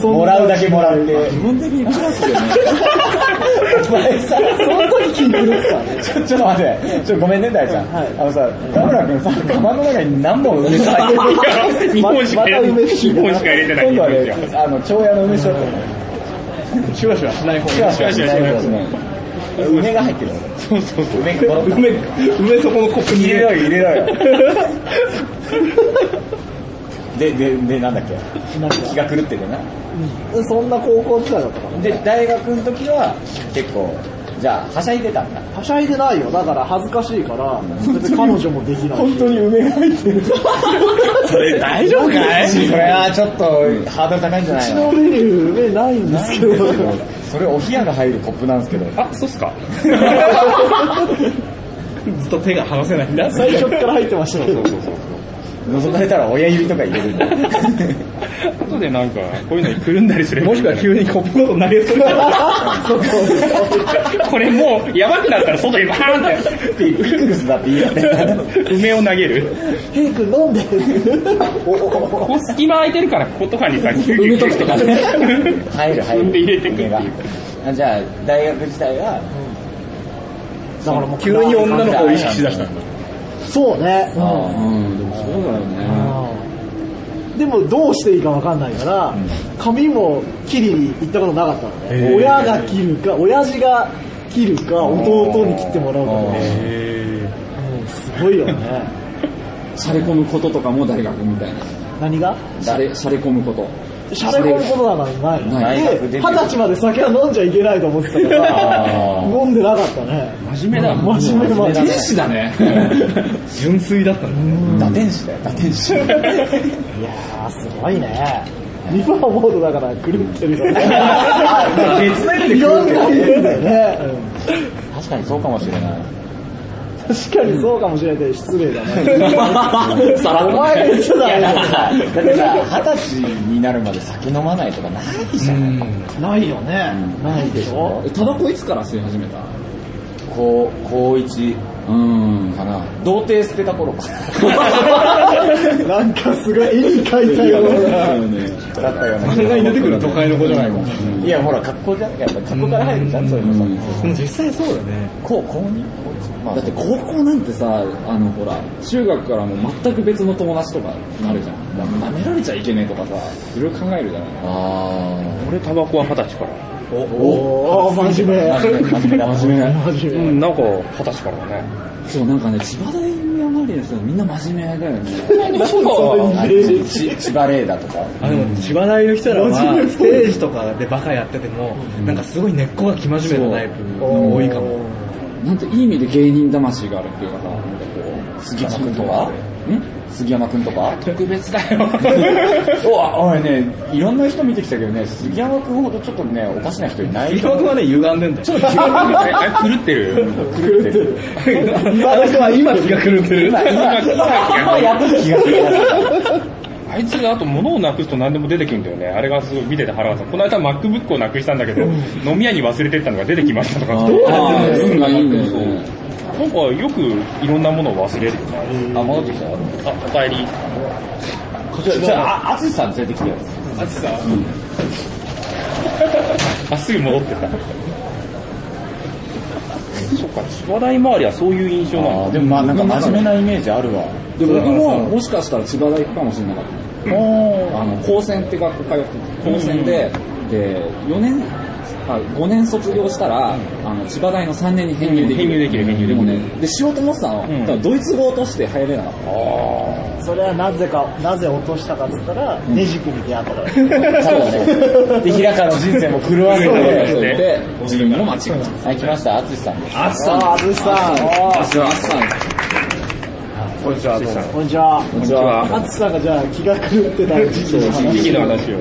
S3: そんな
S5: もらうだけもらって。
S2: 基本的にクラスでね、
S5: お前さ、
S3: その時気に狂ってたね。
S5: ちょ、ちょっと待って、ちょ、ごめんね、大ちゃん。
S3: はい
S5: あのさ、田村君さ、釜の中に何本梅酒入れてるか
S6: 日本しか入れて
S3: また
S6: ない。
S3: 梅酒
S6: 日本しか入れてない。日
S5: 今度は
S6: 本
S5: ね
S6: し、
S5: あの、蝶屋の梅酒だと思う。
S4: シュワシュワしない方
S5: シュワシュワしない
S6: シュワ
S5: 方梅が入ってるの
S6: かそうそうそう。
S5: 梅がゴロッと
S4: 梅、梅そこのコップに
S5: 入れろよ、入れろよ。で、で、で、なんだっけ
S3: なんか
S5: 気が狂っててな。
S3: うんそんな高校時代だったから。
S5: で、大学の時は、結構、じゃあ、はしゃいでたんだ。
S3: はしゃいでないよ。だから恥ずかしいから、別に彼女もできない。本当に梅が入ってる。
S5: それ大丈夫かいそれはちょっと、ハードル高いんじゃな
S3: う
S5: い
S3: ち
S5: の
S3: のメニュー梅ないんですけど。
S5: それ、お冷やが入るコップなんですけど。
S6: あ、そうっすかずっと手が離せないんだ。
S3: 最初から入ってましたけど。
S5: 覗かれたら親指とか入れるんだ。
S6: 後でなんか、こういうのにくるんだりする。もしくは急にコップのこと投げつけこれもう、やばくなったら外にバーンっ
S5: ピクルスだっていいよね。
S6: て、梅を投げる。
S3: ヘイ君飲んで。おお
S6: ここ隙間空いてるから、こことかにさ、ギュギュギュッとかね。
S5: 入る入る。
S6: 踏ん で入れてくっていう
S5: 目があじゃあ、大学時代は、
S3: だからもう
S4: 急に女の子を意識しだしたんだ。
S3: そうね。
S5: あ
S2: うん、でもそうだよね。
S3: でもどうしていいかわかんないから、髪も切りに行ったことなかったのね。
S4: へー
S3: 親が切るか、親父が切るか、弟に切ってもらうか
S5: あ
S3: ね。
S4: へ
S3: うんすごいよね。
S2: しゃれ込むこととかも大学みたいな。
S3: 何が
S2: しゃれ、しゃれ込むこと。
S3: しゃれ込むことだからない。
S2: ない
S5: 大学
S3: で、
S5: 出て
S3: 二十歳まで酒は飲んじゃいけないと思ってたから、
S5: あー
S3: 飲んでなかったね。
S2: 真面目だ。
S3: 真面目真面目
S2: 天使だね。
S4: ー純粋だったんだ。
S5: 打天使だよ、打天使。
S3: いやー、すごいね。今思うとだから狂ってるよね。
S4: 別な
S3: いろんな言うんだよね。
S5: 確かにそうかもしれない。
S3: 確かにそうかもしれないけど失礼だね。
S2: さらっとね
S3: お前めっちゃだよ
S5: だってさ、二十歳になるまで酒飲まないとかないじゃん。
S3: ないよね。ないでしょ
S2: えタバコいつから吸い始めた
S5: 高、高一
S2: うん。
S5: かな。童貞捨てた頃か。
S3: なんかすごい絵に描いたような。
S5: だったよね。
S4: それが出てくる都会の子じゃないもん。
S5: いや、ほら、格好じゃん。やっぱ格好から入るじゃん、そういうのさ。
S4: でも実際そうだね。
S5: こう、高二高一まあ
S2: だって高校なんてさ、あのほら、中学からもう全く別の友達とかなるじゃん。なんか舐められちゃいけねえとかさ、いろいろ考えるじゃない
S5: あ
S6: 俺、タバコは二十歳から。
S3: おー、真面
S5: ー。真
S3: 目。
S5: 面目、真面目だ、真面目だ。
S3: 真
S6: う
S3: 面
S6: ん、なんか、二十歳からだね。
S2: そう、なんかね、千葉大宮周りの人みんな真面目だよ ね。
S5: あち千葉レーダーとか。
S4: あ、でも、千葉大の人 ら
S3: 真面
S4: は、
S3: 目
S4: ステージとかでバカやってても、なんかすごい根っこが生真面目なタイプの
S3: 目。
S4: が多いかも。。
S2: なんていい意味で芸人魂があるっていうかさ、なんかこう、
S5: 杉山くんとか
S2: ん
S5: 杉山くんとか
S6: 特別だよ。
S5: おあ おいね、いろんな人見てきたけどね、杉山くんほどちょっとね、おかしな人いな
S4: 伊
S5: い
S4: 藤君はね、歪んでんだよ。
S6: え、狂ってる
S5: 狂ってる。
S4: 今の人は今気が狂ってる。
S5: 今、今、今やってる気がする。
S6: あいつがあと物をなくすと何でも出てくるんだよね。あれがすごい見てて腹が立つ。この間 MacBook をなくしたんだけど、飲み屋に忘れてったのが出てきましたとか。
S2: ああ、運がいいんだよね。
S6: なんかよくいろんなものを忘れるよね。
S5: あ、戻ってきた
S6: あ、お帰り。
S5: じゃあじゃあ、ああつしさん連れてきてよ。
S6: あ、すぐ戻ってた。そっか、千葉大周りはそういう印象な
S5: あ
S6: の
S5: ーでもまあなんか真面目なイメージあるわ。
S2: で、僕ももしかしたら千葉大行くかもしれなかった。あの、高専って学校通って、高専で、で、4年、あ、5年卒業したら、あの、千葉大の3年に編入できる。
S6: 編入できる編入
S2: で
S6: でき
S2: も
S6: る
S2: ね、で、しようと思ってたの。
S6: ん
S2: だからドイツ語として入れなかった。
S3: それはなぜか、なぜ落としたかっつったら、ネジ組に出会ったから。
S5: そうだね。 で、平川の人生も狂わせ
S2: そう
S5: て。
S2: で、で自分も間違えた。
S5: はい、来ました、あつしさんです。
S2: あつさん。
S3: あー淳さん
S2: あつさん。さん。
S5: こんにちは、どうも。
S3: こんにちは。
S2: こんにちは。
S3: あつさんがじゃあ気が狂ってた時期の
S6: 時期
S3: 話。
S6: の話を。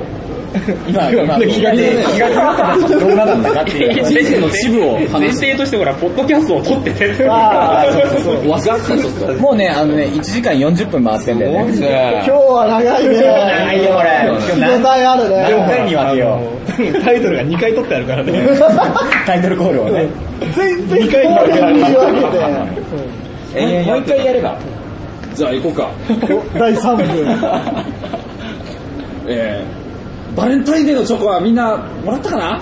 S5: 今、今、
S2: 気がね
S5: 気が狂ったのはどうなんだかっていう話。
S6: 生の支部を話して。としてほら、ポッドキャストを撮ってて。
S3: ああ、そうそうそう。
S2: 忘れてた、ちょっと。
S5: もうね、あのね、1時間40分回ってんだよね。
S3: 今日は長いね。
S5: 長いよこれ
S3: 聞き応えあるね。
S5: 何回に分けよ
S4: タイトルが2回取ってあるからね。
S5: う。タイトルコールをね。
S3: 全編後編に分けて。
S5: もう一回やれば。
S2: じゃあ行こう か。
S3: お第3部。
S2: えー、バレンタインデーのチョコはみんなもらったかな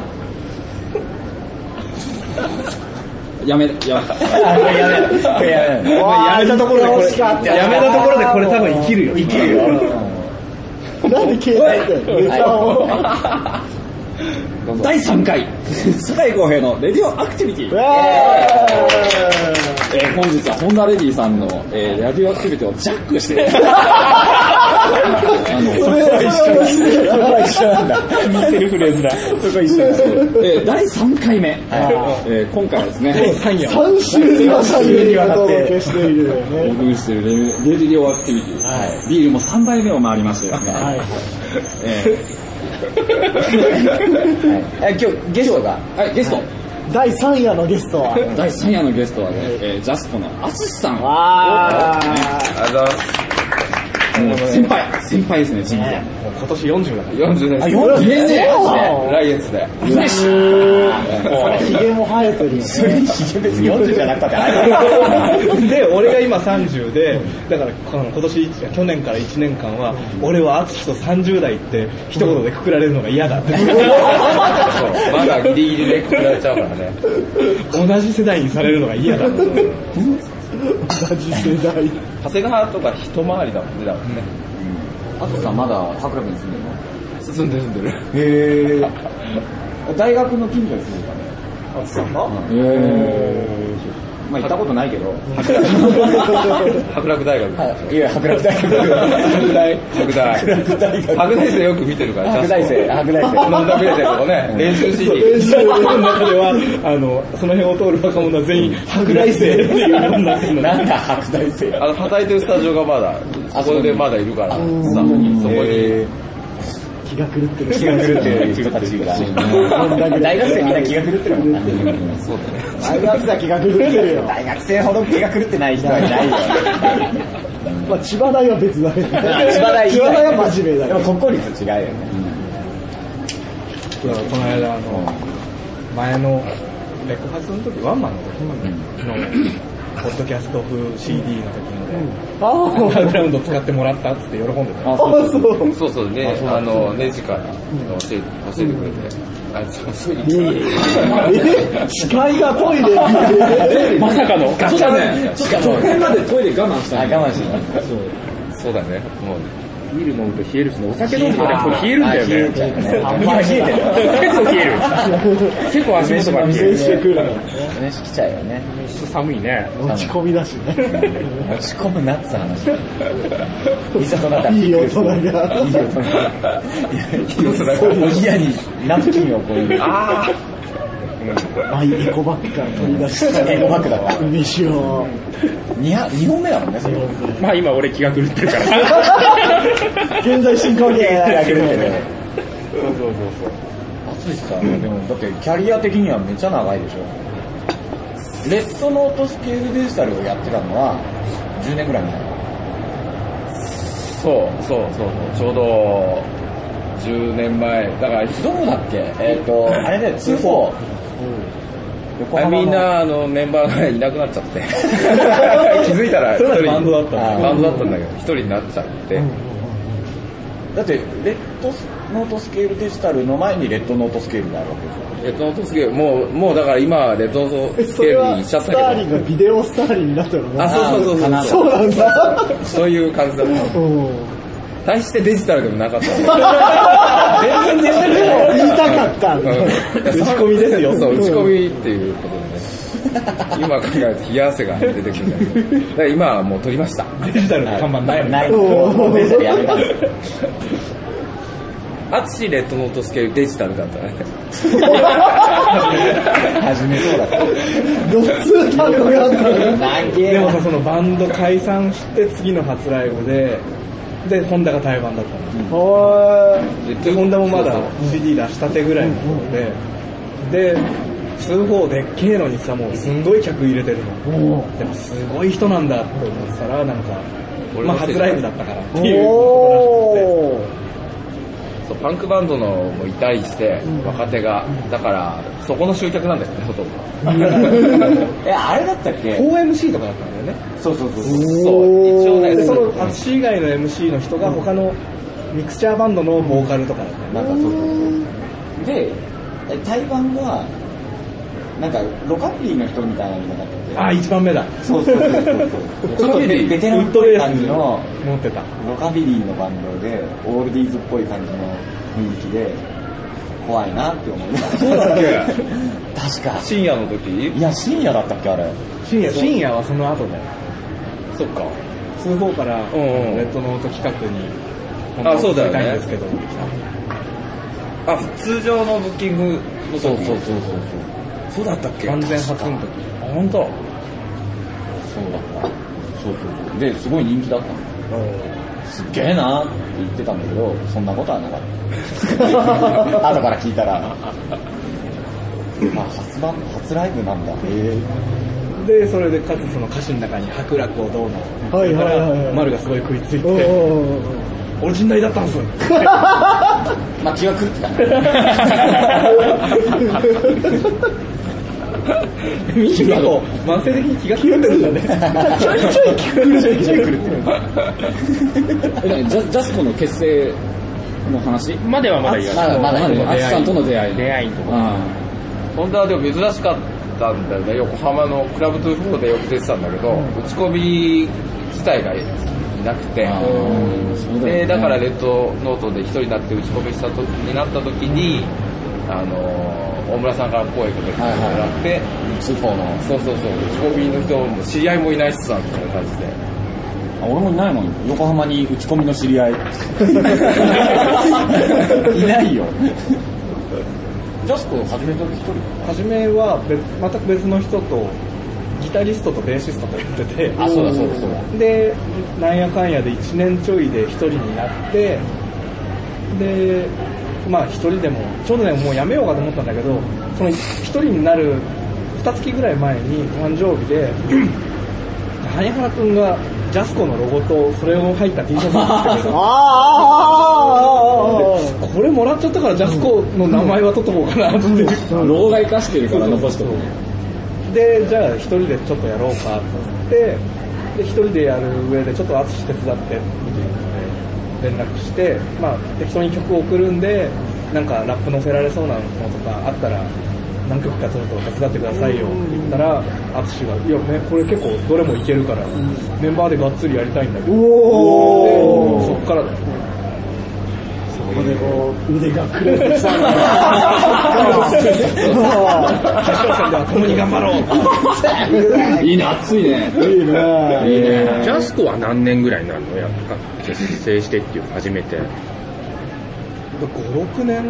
S2: やめ、やめた。
S5: あこれやめこれやめ
S4: やめたところでこ
S3: 惜しかった
S4: れ、やめたところでこれ多分生きるよ。生きる よ。
S3: なんで携帯でネタを。
S2: 第3回、酒井公平のレディオアクティビティ。
S3: ウェーイ
S2: えー本日はホンダレディさんの、えー、レディオアクティビティをジャックして、あの、
S3: それ、それ面白いな。
S6: 似てるフレーズだ。
S2: えー第3回目、えー今回はですね、
S3: 3週にわたりお届けしているよ
S2: お
S3: ね。
S2: 送りしているレルレディリオアクティビティ、ビールも3杯目を回りましてですね、 え
S5: はいえ今日ゲストが
S2: ーはい、ゲスト、
S3: 第3夜のゲストは。
S2: 第3夜のゲストはね、えージャスコのアツシさん、も
S3: わ
S7: ありがとうございます。
S2: う先輩、先輩ですね、人生。
S4: もう今年40だか
S7: 40です。
S2: 4年生
S3: ー。
S7: 来月で。
S2: ですね
S3: うーんひげも生えてるよね。
S5: 別に40じゃなくたってあれ
S4: ら。 で、俺が今30で、だからこの今年、去年から1年間は、俺は淳と30代って一言でくくられるのが嫌だって。
S7: まだギリギリで食られちゃうからね。
S4: 同じ世代にされるのが嫌だって。
S3: 同じ世代。
S7: 長谷川とか一回りだもんね、だもんね。
S5: アツさんまだ博楽に住んでるの
S7: 進んでるんでる。
S5: 大学の近所に住んでたね。あ、そうまあ行ったことないけど。
S7: 白楽大学。
S5: いや、博楽大 学。博大。
S7: 白大。白大生よく見てるから、
S5: 博大生、博大
S7: この白
S5: 生。
S7: 大生とかね、練習しに。
S4: の中では、あの、その辺を通る若者は全員、白大生っていうようになってるのね
S5: なんだ、博大生。
S7: あの、働いてるスタジオがまだ、そこでまだいるから、さ、そこに。
S3: 気が狂ってる。
S5: 気が狂ってる人たちが。大学生みんな気が狂ってるもんな。
S3: 大学生は気が狂ってるよ。
S5: 大学生ほど気が狂ってない人はいないよ。
S3: まあ千葉大は別だけどね。
S5: 千葉大以
S3: 千
S5: 外
S3: 葉大は真面目だ
S5: で
S3: け
S5: も
S3: ど。
S5: 国公立違うよね。
S4: この間、あの、前の、レコ発の時、ワンマンの時の、ポッドキャスト風 CD の時ので、
S3: あ
S4: アンダー
S3: ー
S4: グラウンド使ってもらったっつって喜んでたよ。
S3: あ、そう。
S7: そうそう、ね、あの、ネジから教えて、教えてくれて。あいつもそう
S3: え視界がトイレ
S6: まさかの。
S2: ちょっとね、ちょっと直前までトイレ我慢し
S5: あ、
S2: たね
S5: 我慢してる。
S7: そうだね。もう、
S6: ビール飲むと冷えるしね、お酒飲むとね、これ冷えるんだよね。
S5: あ冷えちゃうね
S6: 今冷えてる。結構冷える。結構足元が冷える。
S3: してくる
S5: 飯来ちゃうよね。
S6: ちょっと寒いね。
S3: 落ち込みだしね。
S5: 落ち込むなって話。いざとなったら
S3: いい大人が。
S5: いい大人が。おぎやにナプキンをこういう。
S7: あ
S3: マイエコバッグから取り出して。
S5: エコバッグだわ
S3: 飯を。
S5: 二本二本目だもんね、それ。
S6: まあ今俺気が狂ってるから。
S3: 現在進行形だけどね。
S5: 淳さんはでも、だってキャリア的にはめっちゃ長いでしょ。レッドノートスケールデジタルをやってたのは、10年ぐらい前。
S7: そう、そう、そう、ちょうど、10年前。だから、
S5: どこだっけえっと、あれだよ、2-4。横
S7: あ
S5: 浜の
S7: みん、なあのメンバーがいなくなっちゃ って気づいたら一人
S5: バンドだった
S7: あーバンドだったんだけど一人になっちゃって、
S5: だって、レッドノートスケールデジタルの前にレッドノートスケールがあるわけでし
S7: レッドノートスケールもうもうだから今はレッドノートス
S3: そ
S7: ケ
S3: れ
S7: ール
S3: は
S7: にしちゃっ
S3: ス
S7: た
S3: タ
S7: け
S3: ーリン
S7: ど
S3: がビデオスターリンになったの
S7: あ
S3: ね。
S7: そうそうそうそう
S3: そうなんだ。
S7: そういう感じだった
S3: うん
S7: 大してデジタルでもなかった
S3: 全然言いたかった。
S7: 打ち込みですよそう打ち込みっていうことでね今考えると冷や汗が出てくるんだけどだから今はもう撮りました
S4: デジタルの看板
S5: ょ。
S4: ないよね。
S5: ない。
S3: うん
S5: デジタルやめたんですよ
S7: アツシレッドノートスケールデジタルだったね
S5: 初めそうだった。
S3: 四つ単語があったね。
S4: でもさ、そのバンド解散して次の初ライブで、で、ホンダが対バンだったの。
S3: お
S4: で、ホンダもまだ CD 出したてぐらいの頃で、で、2-4でっけえのにさ、もうすんごい客入れてるの。でもすごい人なんだって思ってたら、なんか、
S7: 俺
S4: ま
S7: の
S4: あ
S7: せい
S4: 初ライブだったからって
S3: ー
S4: いうこと
S3: おー
S7: そうパンクバンドのもいたりして若手がだからそこの集客なんだよねほとんど
S5: え、あれだったっけ
S4: らしいて、4MC とかだったんだよね。
S5: そうそうそう。
S7: そう、一応ね、
S4: で、
S7: そ
S4: その
S7: の、
S4: 淳以外の MC の人が他のミクチャーバンドのボーカルとかだったよね。
S5: なんかそうそうそう。で、え対バンが、なんか、ロカピーの人みたいなのいなかったっけ
S4: あ、1番目だ。
S5: そうそうそうそうそう。ベテランっぽい感じの、
S4: 持ってた。
S5: ロカビリーのバンドで、オールディーズっぽい感じの雰囲気で、怖いなって思いました。そうだっけ確か。
S7: 深夜の時
S5: いや、深夜だったっけあれ。
S4: 深夜、深夜はその後だよ。
S7: そっか。
S4: 通報から、
S7: んうん
S4: レッドノート企画に本当は
S7: あそうだよね
S4: 作りたいんですけど。
S7: あ通常のブッキングのそうそうそうそうそうだったっけ
S4: 完全初の時。
S7: あ本当
S5: そうだった。そうそうそう。で、すごい人気だったの。すっげえなって言ってたんだけど、そんなことはな かった。後から聞いたら。まあ、初番、初ライブなんだ。
S4: で、それでかつその歌詞の中に白楽をどうの。
S3: はいはいはいはい
S4: 丸がすごい食いつい
S3: おう
S4: て、
S3: おうおう
S4: 俺陣内だったんす
S5: まあ、気が狂ってたね。
S4: みんなこう、慢性的に気が狂ってるんだね。ちょいちょい気が狂ってる。ちょいちょい狂ってる。
S2: え何ジャジャスコの結成の話
S6: まではまだいら
S5: ま
S6: ない。
S5: だまだ
S2: あ
S5: ね、
S2: アツさんとの出会い。
S6: 出会いのとこ
S2: あ
S7: 本当はでも珍しかったんだよね横浜のクラブ24でよく出てたんだけど、打ち込み自体がいなくて、
S2: あーそうだよね
S7: でだからレッドノートで一人になって打ち込みしたとになった時にあのー大村さんから声かけてもらって、
S5: ツーフォーの。
S7: そうそうそう打ち込みの人も知り合いもいないしさみたいな感じで
S5: あ俺もいないもん。横浜に打ち込みの 知り合い。いないよ。ジャスコ始めた時一人
S4: 初めは別全く別の人とギタリストとベーシストとやってて
S5: あ、そうだそうだそうだ。
S4: でなんやかんやで1年ちょいで1人になってでまあ1人でもちょうどねもうやめようかと思ったんだけどその1人になる2月ぐらい前に誕生日で 羽原くんがジャスコのロゴとそれを入った T シャツを着てて
S3: あああああああああ
S4: でこれもらっちゃったからジャスコの名前は取っとこうかなっていう
S2: ー老害化してるから残してる。
S4: でじゃあ一人でちょっとやろうかって言ってで一人でやる上でちょっと淳手伝ってっていうので連絡して、まあ、適当に曲を送るんでなんかラップ載せられそうなのとかあったら何曲かちょっと手伝ってくださいよって言ったら淳が「いやねこれ結構どれもいけるからメンバーでがっつりやりたいんだけど」
S3: お
S4: でそ
S3: ー
S4: っからだよ
S3: ここでこう、腕がくれてきたんだ。
S4: 橋本さんでは共に頑張ろう
S2: いいね、熱いね。
S3: いいね。
S2: いいね。
S6: ジャスコは何年ぐらいになるのやっぱ結成してっていうか初めて。
S4: 56年